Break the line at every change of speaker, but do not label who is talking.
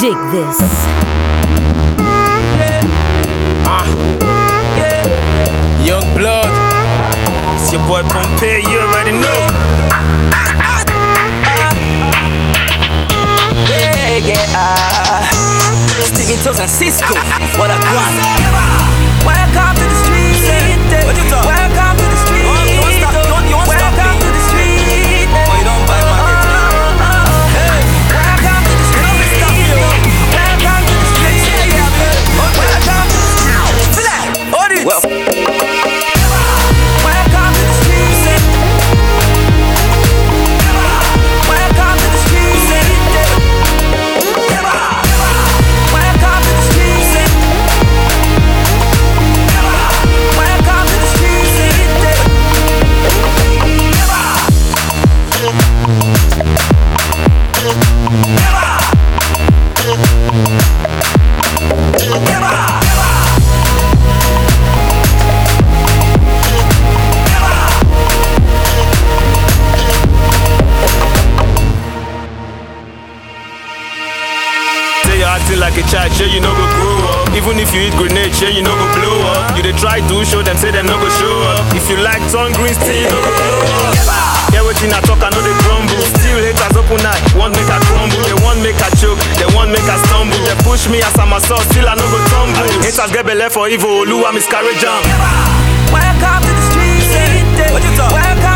dig this.
Ah. Young blood. It's your boy Pompey, you already know.
Yeah, yeah. Steven Toes and Cisco. What a guan. Welcome to the street.
What you talk?
Welcome to the street.
Oh, you want stop- you want- you want stop
Welcome
me?
to the street.
Oh, you don't buy my
Oh,
guitar.
oh, oh. Welcome to the street.
stop me, yo.
Welcome to the street. Welcome to the street. Feel that? Hold it.
Well-
Welcome to the street. Welcome to the street. Welcome to the streets. Welcome to the streets.
Say you're acting like a child, sure you no go grow up. Even if you eat grenade, sure you no go blow up. You dey try to show them, say them no go show up. If you like tongue green, still you no go blow up. Get wetin I talk, I know they grumble. Still haters open eye, one make I crumble. They one make I choke, they one make I stumble. They push me as I'm a sauce, still I no go tumble. Haters get belle for evil, Oluwa miscarriage am.
Welcome to the streets. Welcome Oh,